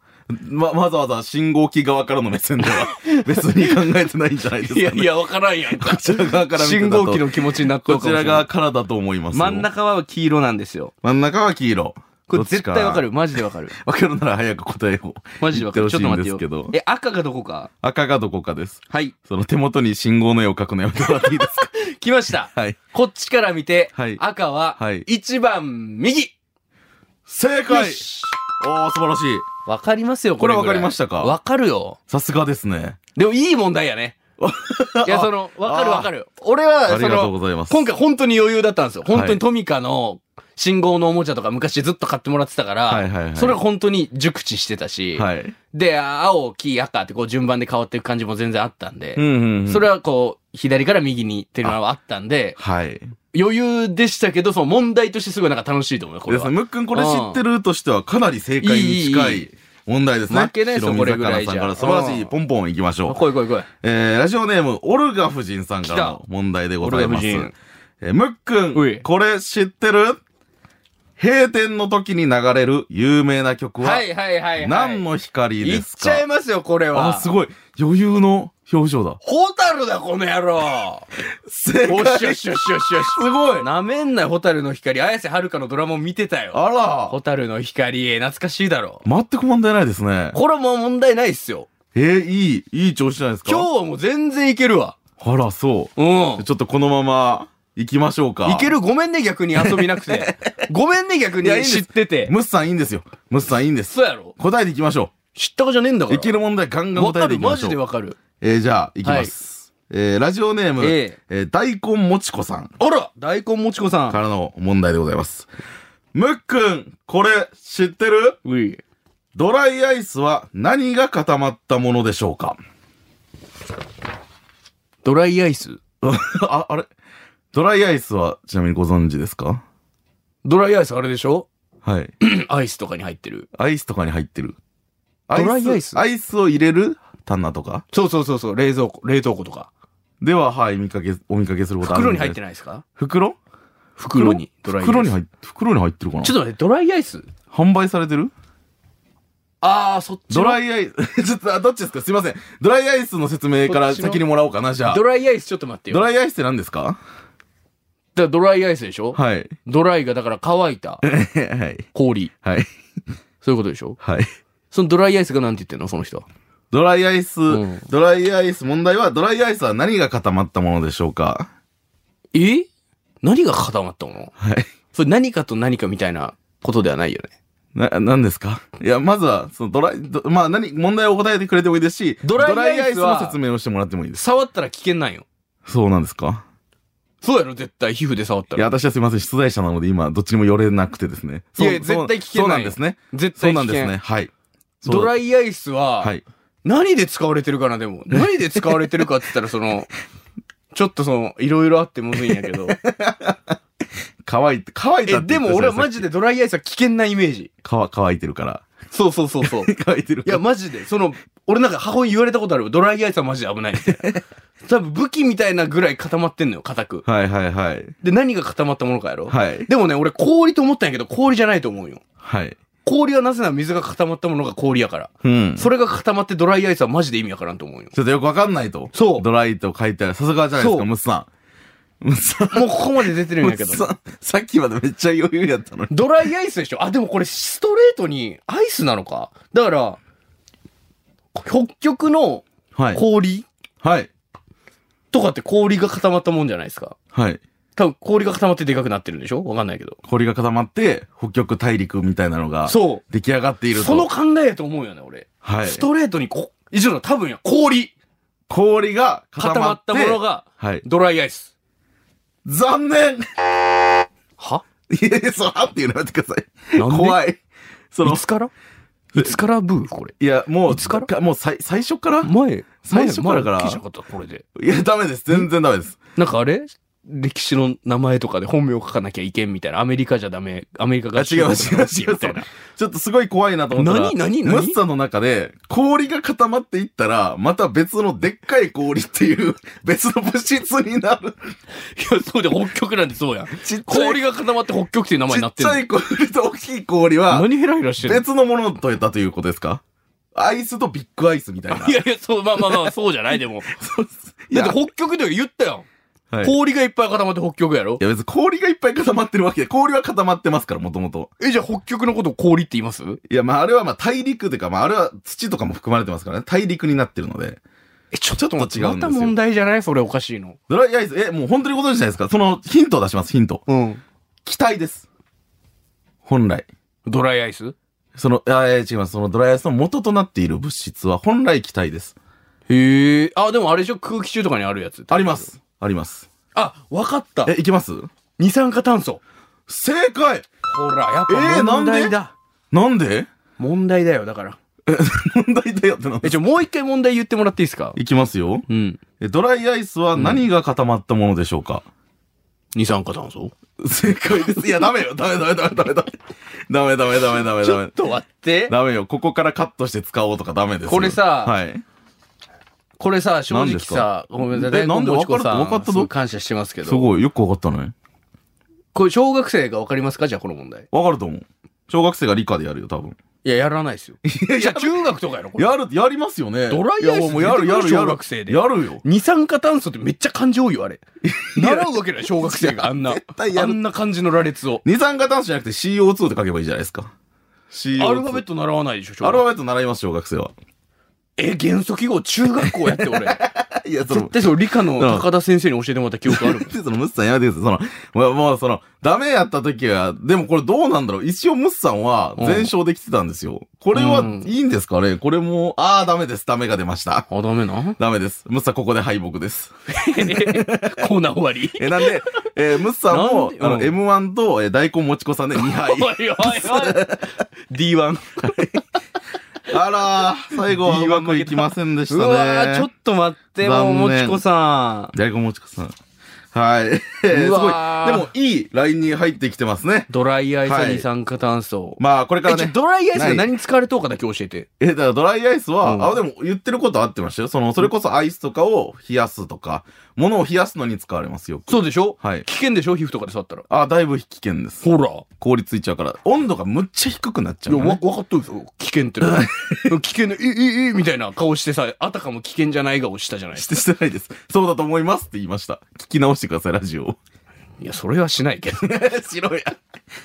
Speaker 3: ま、わざわざ信号機側からの目線 では別に考えてないんじゃないです
Speaker 4: い
Speaker 3: か、ね。
Speaker 4: やいや、わからんやんか。
Speaker 3: こちら側から見て
Speaker 4: 信
Speaker 3: だと
Speaker 4: 号機の気持ちになっと
Speaker 3: こ
Speaker 4: うか
Speaker 3: ち
Speaker 4: もしれな
Speaker 3: ら
Speaker 4: い
Speaker 3: 側からだと思いますよ
Speaker 4: 真ん。中は黄色なんですよ。
Speaker 3: 真ん中は黄色。
Speaker 4: これ絶対わか
Speaker 3: る。
Speaker 4: る。マジでわか る。
Speaker 3: わかるなら早く答えを。
Speaker 4: マジでわかる。ち
Speaker 3: 言
Speaker 4: ょ
Speaker 3: っ
Speaker 4: ってと待っ
Speaker 3: ほしいんで
Speaker 4: て
Speaker 3: す
Speaker 4: よ
Speaker 3: けど。
Speaker 4: え、赤がどこか
Speaker 3: 赤がどこかです。
Speaker 4: はい。
Speaker 3: その手元に信号の絵を描くのやめてもらっていいですか
Speaker 4: 来ました。
Speaker 3: はい。
Speaker 4: こっちから見て、
Speaker 3: はい
Speaker 4: 赤は
Speaker 3: はい、
Speaker 4: 一番右。
Speaker 3: 正解おー、素晴らしい。
Speaker 4: わかりますよ、
Speaker 3: こ
Speaker 4: こ
Speaker 3: れ
Speaker 4: れ。
Speaker 3: わかりましたか
Speaker 4: わかるよ。
Speaker 3: さすがですね。
Speaker 4: でもいい問題や ね。いや、その、わかるわかる。俺
Speaker 3: あ
Speaker 4: は、
Speaker 3: り
Speaker 4: そ
Speaker 3: がと
Speaker 4: の、
Speaker 3: うございます。
Speaker 4: 今回本当に余裕だったんですよ。本当
Speaker 3: はい
Speaker 4: にトミカの信号のおもちゃとか昔ずっと買ってもらってたか
Speaker 3: はいはいは
Speaker 4: ら
Speaker 3: い、
Speaker 4: それは本当に熟知してたし、
Speaker 3: はい。
Speaker 4: で、青、黄、赤ってこう順番で変わっていく感じも全然あったんで、
Speaker 3: んうん、
Speaker 4: そ
Speaker 3: れ
Speaker 4: れはこう、左から右にっていうのはあったんで、
Speaker 3: はい。
Speaker 4: 余裕でしたけど、その問題としてすごいなんか楽しいと思うよ、これ
Speaker 3: です
Speaker 4: は
Speaker 3: ね。。むっくんこれ知ってるとしてはかなり正解に近
Speaker 4: いいい
Speaker 3: い問題ですね。
Speaker 4: 負けないですよ
Speaker 3: 白身
Speaker 4: これぐらいじゃ
Speaker 3: 魚さんから素晴らしい
Speaker 4: うん
Speaker 3: ポンポンいきましょう。
Speaker 4: 来い来い来い。
Speaker 3: えー、ラジオネーム、オルガ夫人さんからの
Speaker 4: 来た
Speaker 3: 問題でございます。
Speaker 4: オルガ夫人
Speaker 3: えー、むっく
Speaker 4: お
Speaker 3: ん、
Speaker 4: い
Speaker 3: これ知ってる閉店の時に流れる有名な曲は
Speaker 4: はいはいはいはい。
Speaker 3: 何の光
Speaker 4: い
Speaker 3: で
Speaker 4: っ
Speaker 3: す
Speaker 4: ちゃい
Speaker 3: か
Speaker 4: ますよ、これは。
Speaker 3: あ、すごい。余裕の表情だ。
Speaker 4: ホタルだ、この野郎
Speaker 3: 正
Speaker 4: おっし
Speaker 3: 解
Speaker 4: よしよしよしよし。すごいなめんなよ、ホタルの光。綾瀬はるかのドラマも見てたよ。
Speaker 3: あら
Speaker 4: ホタルの光、懐かしいだろ。
Speaker 3: 全く問題ないですね。
Speaker 4: これもう問題ないっすよ。
Speaker 3: えー、いい、いい調子じゃないですか
Speaker 4: 今日はもう全然いけるわ。
Speaker 3: あら、そう。
Speaker 4: うん。
Speaker 3: ちょっとこのまま行きましょうか。
Speaker 4: いけるごめんね、逆に遊びな くて。ごめんね、逆
Speaker 3: いやいいん
Speaker 4: に
Speaker 3: です
Speaker 4: 知ってて。
Speaker 3: ムスさんいいんですよ。ムスさんいいんです。
Speaker 4: そうやろ
Speaker 3: 答えていきましょ
Speaker 4: 知ったかじゃねえんだか
Speaker 3: う。
Speaker 4: ら。
Speaker 3: いける問題ガンガン
Speaker 4: わ
Speaker 3: 答
Speaker 4: か
Speaker 3: えてい
Speaker 4: る、
Speaker 3: きま
Speaker 4: マ
Speaker 3: し
Speaker 4: ジ
Speaker 3: ょ
Speaker 4: で
Speaker 3: う。
Speaker 4: わかる。
Speaker 3: えー、じゃあ、いきます。えー、ラジオネーム、え
Speaker 4: え
Speaker 3: ー大根もちこさん
Speaker 4: あら大根もちこさ
Speaker 3: か
Speaker 4: ん。
Speaker 3: らの問題でございます。むっくん、これ知ってる
Speaker 4: うい。
Speaker 3: ドライアイスは何が固まったものでしょうか
Speaker 4: ドライアイス
Speaker 3: あ、あれドライアイスはちなみにご存知ですか
Speaker 4: ドライアイスあれでし ょ
Speaker 3: はい。
Speaker 4: アイスとかに入ってる。
Speaker 3: アイスとかに入ってる。
Speaker 4: ドライアイス
Speaker 3: アイスを入れる棚とか
Speaker 4: そうそうそうそう、冷蔵庫、冷凍庫とか。
Speaker 3: では、はい、見かけ、お見かけすることある
Speaker 4: 袋に入って
Speaker 3: ない。
Speaker 4: ないですか
Speaker 3: 袋
Speaker 4: 袋に。ドライアイス。
Speaker 3: 袋に入って、袋に入ってるかな
Speaker 4: ちょっと待って、ドライアイス
Speaker 3: 販売されてる
Speaker 4: ああ、そっち
Speaker 3: ドラ
Speaker 4: イ、
Speaker 3: イアイス、 ちょっと、あ、どっちですかすいません。ドライアイスの説明から
Speaker 4: こっちの
Speaker 3: 先にもらおうかな、じゃあ。
Speaker 4: ドライアイスちょっと待ってよ。
Speaker 3: ド
Speaker 4: イ。
Speaker 3: ライアイスって何ですか
Speaker 4: だからドライアイスでしょ
Speaker 3: はい。
Speaker 4: ドライがだから乾いた
Speaker 3: はい。
Speaker 4: 氷。
Speaker 3: はい。
Speaker 4: そういうことでしょ
Speaker 3: はい。
Speaker 4: そのドライアイスがなんて言ってんのその人は。
Speaker 3: ドライアイス、
Speaker 4: うん
Speaker 3: ドライアイス、問題は、ドライアイスは何が固まったものでしょうか
Speaker 4: え何が固まったの
Speaker 3: はい。
Speaker 4: それ何かと何かみたいなことではないよね。
Speaker 3: な、何ですかいや、まずは、そのドライ、どまあ何、問題を答えてくれてもいいですし、
Speaker 4: ドライアイス
Speaker 3: ドラ
Speaker 4: は
Speaker 3: の説明をしてもらってもいいです。
Speaker 4: 触ったら危険なんよ。
Speaker 3: そうなんですか
Speaker 4: そうやろ絶対皮膚で触った
Speaker 3: いや、
Speaker 4: ら。
Speaker 3: 私はすいません、出題者なので今、どっちにも寄れなくてですね。そう
Speaker 4: いや絶対聞け
Speaker 3: そうそうな
Speaker 4: なんい
Speaker 3: ですね。
Speaker 4: 絶
Speaker 3: そう
Speaker 4: 対危険。
Speaker 3: なんですね。はい。
Speaker 4: ドラ
Speaker 3: イ
Speaker 4: イアイスは、
Speaker 3: はい。
Speaker 4: 何で使われてるかな、で も。何で使われてるかって言ったら、その、ちょっとその、いろいろあってむずいんやけど。
Speaker 3: 乾いて、 乾いた
Speaker 4: え、で
Speaker 3: って言ってたじゃないすか
Speaker 4: も俺はマジでドライアイスは危険なイメージ。
Speaker 3: 乾乾いてる から。
Speaker 4: そうそうそうそう。い
Speaker 3: 乾いてる
Speaker 4: や、マジで、その、俺なんか母親に言われたことあるわ。ドライアイスはマジで危ないって。多分武器みたいなぐらい固まってんのよ、固く。
Speaker 3: はいはいはい。
Speaker 4: で、何が固まったものかやろ
Speaker 3: はい。
Speaker 4: でもね、俺氷と思ったんやけど、氷じゃないと思うよ。
Speaker 3: はい。
Speaker 4: 氷はなぜなら水が固まったものが氷やから。
Speaker 3: うん。
Speaker 4: それが固まってドライアイスはマジで意味わからんと思うよ。
Speaker 3: ちょっとよくわかんないと。
Speaker 4: そう
Speaker 3: ドライと書いてある。さすがじゃないです
Speaker 4: そ
Speaker 3: か、
Speaker 4: う
Speaker 3: ムッさん。ムッさん。
Speaker 4: もうここまで出てるん
Speaker 3: ム
Speaker 4: やけ
Speaker 3: ッ
Speaker 4: ど。
Speaker 3: さん。さっきまでめっちゃ余裕やったのに。
Speaker 4: ドライアイスでしょあ、でもこれストレートにアイスなのか。だから、北極の
Speaker 3: はい。
Speaker 4: 氷
Speaker 3: はい。
Speaker 4: とかって氷が固まったもんじゃないですか。
Speaker 3: はい。
Speaker 4: 多分氷が固まってでかくなってるんでしょわかんないけど。
Speaker 3: 氷が固まって、北極大陸みたいなのが、
Speaker 4: そ。
Speaker 3: 出来上がっていうると。
Speaker 4: その考えやと思うよね、俺。
Speaker 3: はい
Speaker 4: ス。トレートにこ、以上の多分や、氷
Speaker 3: 氷が
Speaker 4: 固
Speaker 3: 固ま
Speaker 4: ま
Speaker 3: っ。
Speaker 4: ってたもの。が
Speaker 3: はい。
Speaker 4: ドライアイス。
Speaker 3: 残念い
Speaker 4: は
Speaker 3: やいや、そう、あって言うのやめてください。
Speaker 4: なんで
Speaker 3: 怖い。その
Speaker 4: い、つからいつからブーこれ。
Speaker 3: いや、もう、
Speaker 4: いつから
Speaker 3: もう最、最初から
Speaker 4: 前、
Speaker 3: 最初からから
Speaker 4: 前聞いちゃかった、これで。
Speaker 3: いや、ダメです。全然ダメです。
Speaker 4: なんかあれ歴史の名前とかで本名書かなきゃいけんみたいな。アメリカじゃダメ。アメリカ
Speaker 3: あ
Speaker 4: が
Speaker 3: 違う違う違う。
Speaker 4: みたいな。
Speaker 3: ちょっとすごい怖いなと思ったら。
Speaker 4: 何何
Speaker 3: ム
Speaker 4: 何
Speaker 3: ッサの中で、氷が固まっていったら、また別のでっかい氷っていう、別の物質になる。
Speaker 4: いや、そうで、北極なんて そうやん。
Speaker 3: ちっちゃい
Speaker 4: 氷が固まって北極っていう名前に
Speaker 3: ち
Speaker 4: な
Speaker 3: っ
Speaker 4: って
Speaker 3: ち
Speaker 4: る
Speaker 3: ゃい氷と大きい氷は、
Speaker 4: 何ヘラヘラしてる
Speaker 3: 別のものと言ったということですかアイスとビッグアイスみたいな。
Speaker 4: いやいや、そう、まあまあまあ、そうじゃない、でも。
Speaker 3: そうっすい
Speaker 4: だ
Speaker 3: や、
Speaker 4: って北極で言ったやん。
Speaker 3: はいい
Speaker 4: 氷がいっぱい固まって北極やろ
Speaker 3: や別に氷がいっぱい固まってるわけで、氷は固まってますから、もともと。
Speaker 4: え、じゃあ北極のことを氷って言います
Speaker 3: いや、まああれはまあ大陸というか、まああれは土とかも含まれてますからね。大陸になってるので。
Speaker 4: え、ちょっと
Speaker 3: 待って
Speaker 4: また問題じゃないそれおかしいの。
Speaker 3: ドライアイス、え、もう本当にご存知ないですかそのヒントを出します、ヒント。
Speaker 4: うん。
Speaker 3: 気体です。本来。
Speaker 4: ドライアイス
Speaker 3: その、あ、えー違います。そのドライアイスの元となっている物質は本来気体です。
Speaker 4: へえ。あ、でもあれでしょ空気中とかにあるやつ。
Speaker 3: ありま。す。あります。
Speaker 4: あ、わかった
Speaker 3: え。、いきます
Speaker 4: 二酸化炭素。
Speaker 3: 正解
Speaker 4: ほら、やっ
Speaker 3: えー
Speaker 4: ぱ
Speaker 3: なん
Speaker 4: 問
Speaker 3: で
Speaker 4: 題だ。
Speaker 3: なんで
Speaker 4: 問題だよ、だから。
Speaker 3: 問題だよってなん
Speaker 4: え、
Speaker 3: で
Speaker 4: ちょ、もう一回問題言ってもらっていいですか
Speaker 3: いきますよ。
Speaker 4: うん。
Speaker 3: えドライアイスは何が固まったものでしょうか、
Speaker 4: 二酸化炭素
Speaker 3: 正解です。いや、ダメよ。ダメダメダメダメダメ。ダメダメダメダメ
Speaker 4: ち
Speaker 3: ダ
Speaker 4: ょっ
Speaker 3: メ。
Speaker 4: と待って。
Speaker 3: ダメよ。ここからカットして使おうとかダメですよ。
Speaker 4: これさ
Speaker 3: はい。
Speaker 4: これさ、正直さ、
Speaker 3: 何ですか
Speaker 4: ごめんなさい。
Speaker 3: えなんで
Speaker 4: もちこさ
Speaker 3: わかったわかったぞ
Speaker 4: すごい感謝してますけ
Speaker 3: す
Speaker 4: ど。
Speaker 3: ごい。よくわかったね。
Speaker 4: これ、小学生がわかりますかじゃあ、この問題。
Speaker 3: わかると思う。小学生が理科でやるよ、多分。
Speaker 4: いや、やらないですよ。いや、中学とかやろ、これ。
Speaker 3: やる、やりますよね。
Speaker 4: ドライアイス
Speaker 3: いやもうやる、やる、や
Speaker 4: 小
Speaker 3: る。
Speaker 4: 学生で
Speaker 3: やるよ。
Speaker 4: 二酸化炭素ってめっちゃ漢字多いよ、あれ。習うわけない、小学生があんな
Speaker 3: 絶対。や
Speaker 4: あ
Speaker 3: る
Speaker 4: んな漢字の羅列を。
Speaker 3: 二酸化炭素じゃなくて CO2 って書けばいいじゃないですか。CO2。
Speaker 4: アルファベット習わないでしょ、小
Speaker 3: アルファ
Speaker 4: 学
Speaker 3: ベット習います、小学生は。
Speaker 4: え、元素記号中学校やって、俺。
Speaker 3: いや、
Speaker 4: 絶
Speaker 3: その、
Speaker 4: 対そう、理科の高田先生に教えてもらった記憶あるもん。
Speaker 3: そのムッさんやめてください。その、もう、もうその、ダメやった時は、でもこれどうなんだろう。一応ムッさんは全勝できてたんですよ。これは
Speaker 4: うん
Speaker 3: いいんですかねこれも、あーダメです。ダメが出ました。
Speaker 4: あ、ダメな
Speaker 3: ダメです。ムッさんここで敗北です。
Speaker 4: コーナー終わ り。
Speaker 3: え、なんで、えームッさんも、
Speaker 4: なんで
Speaker 3: あの、
Speaker 4: う
Speaker 3: M1 と、えー大根もちこさんで2
Speaker 4: お
Speaker 3: 敗
Speaker 4: い。おいおい。D1。
Speaker 3: あらー、最後はうまくいきませんでした
Speaker 4: う
Speaker 3: ね。
Speaker 4: わーちょっと待って、もう、
Speaker 3: 残
Speaker 4: も
Speaker 3: 念
Speaker 4: ちこさん。
Speaker 3: 大根もちこさん。はい。 す
Speaker 4: う
Speaker 3: ごい。
Speaker 4: わー
Speaker 3: でも、いいラインに入ってきてますね。
Speaker 4: ドライアイス
Speaker 3: は
Speaker 4: はい二酸化炭素。
Speaker 3: まあ、これから
Speaker 4: え、ちょ
Speaker 3: ね。
Speaker 4: ドライアイスが何に使われとうかだけ教えて。
Speaker 3: え、だからドライアイスは、
Speaker 4: うん
Speaker 3: あ、でも言ってることは合ってましたよ。その、それこそアイスとかを冷やすとか、物を冷やすのに使われますよ。
Speaker 4: そうでしょ
Speaker 3: はい
Speaker 4: 危険でしょ皮膚とかで触ったら。
Speaker 3: あ、だいぶ危険です。
Speaker 4: ほら。
Speaker 3: 氷ついちゃうから。温度がむっちゃ低くなっちゃ
Speaker 4: いうや、
Speaker 3: の
Speaker 4: わ、
Speaker 3: ね、
Speaker 4: 分かっとるぞ。危険ってのは。危険の、え、え、え、みたいな顔してさ、あたかも危険じゃない顔したじゃない
Speaker 3: してしてないです。そうだと思いますって言いました。聞き直してください、ラジオを。
Speaker 4: いや、それはしないけど。
Speaker 3: 白や。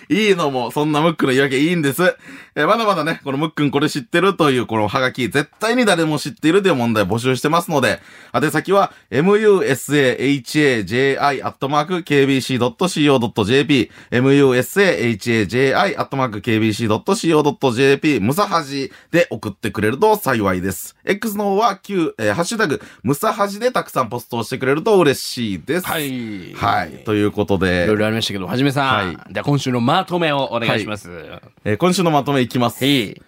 Speaker 3: いいのも、そんなムックの言い訳いいんです。えーまだまだね、このムックンこれ知ってるというこのハガキ、絶対に誰も知っているという問題募集してますので、宛先は、musahaji.kbc.co.jp、musahaji.kbc.co.jp、ムサハジで送ってくれると幸いです。X の方は、Q、えーハッシュタグ、ムサハジでたくさんポストをしてくれると嬉しいです。
Speaker 4: はい
Speaker 3: はい。ということ
Speaker 4: い
Speaker 3: で
Speaker 4: ろい。ろありましたけど、はじめさん。
Speaker 3: は
Speaker 4: じゃあ今週のまとめをお願いします。
Speaker 3: えー今週のまとめいきます。
Speaker 4: い。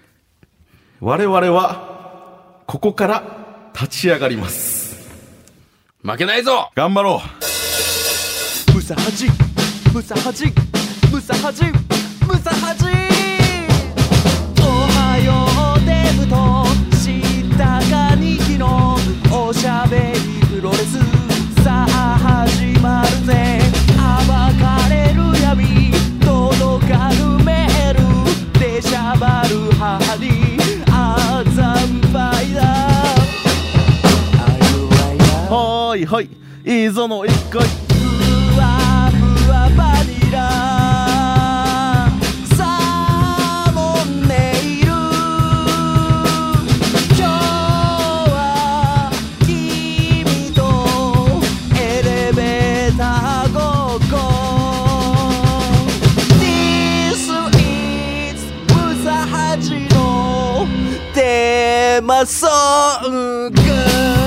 Speaker 3: 我々は、ここから立ち上がります。
Speaker 4: 負けないぞ
Speaker 3: 頑張ろ
Speaker 1: ムサハジムサハジムサハジムサハジおはようデブと知ったかにきのおしゃべりプロレス
Speaker 3: はいいいぞの一回
Speaker 1: ふわふわバニラサーモンネイル今日は君とエレベーターごっこ This is ムサハジのテーマソング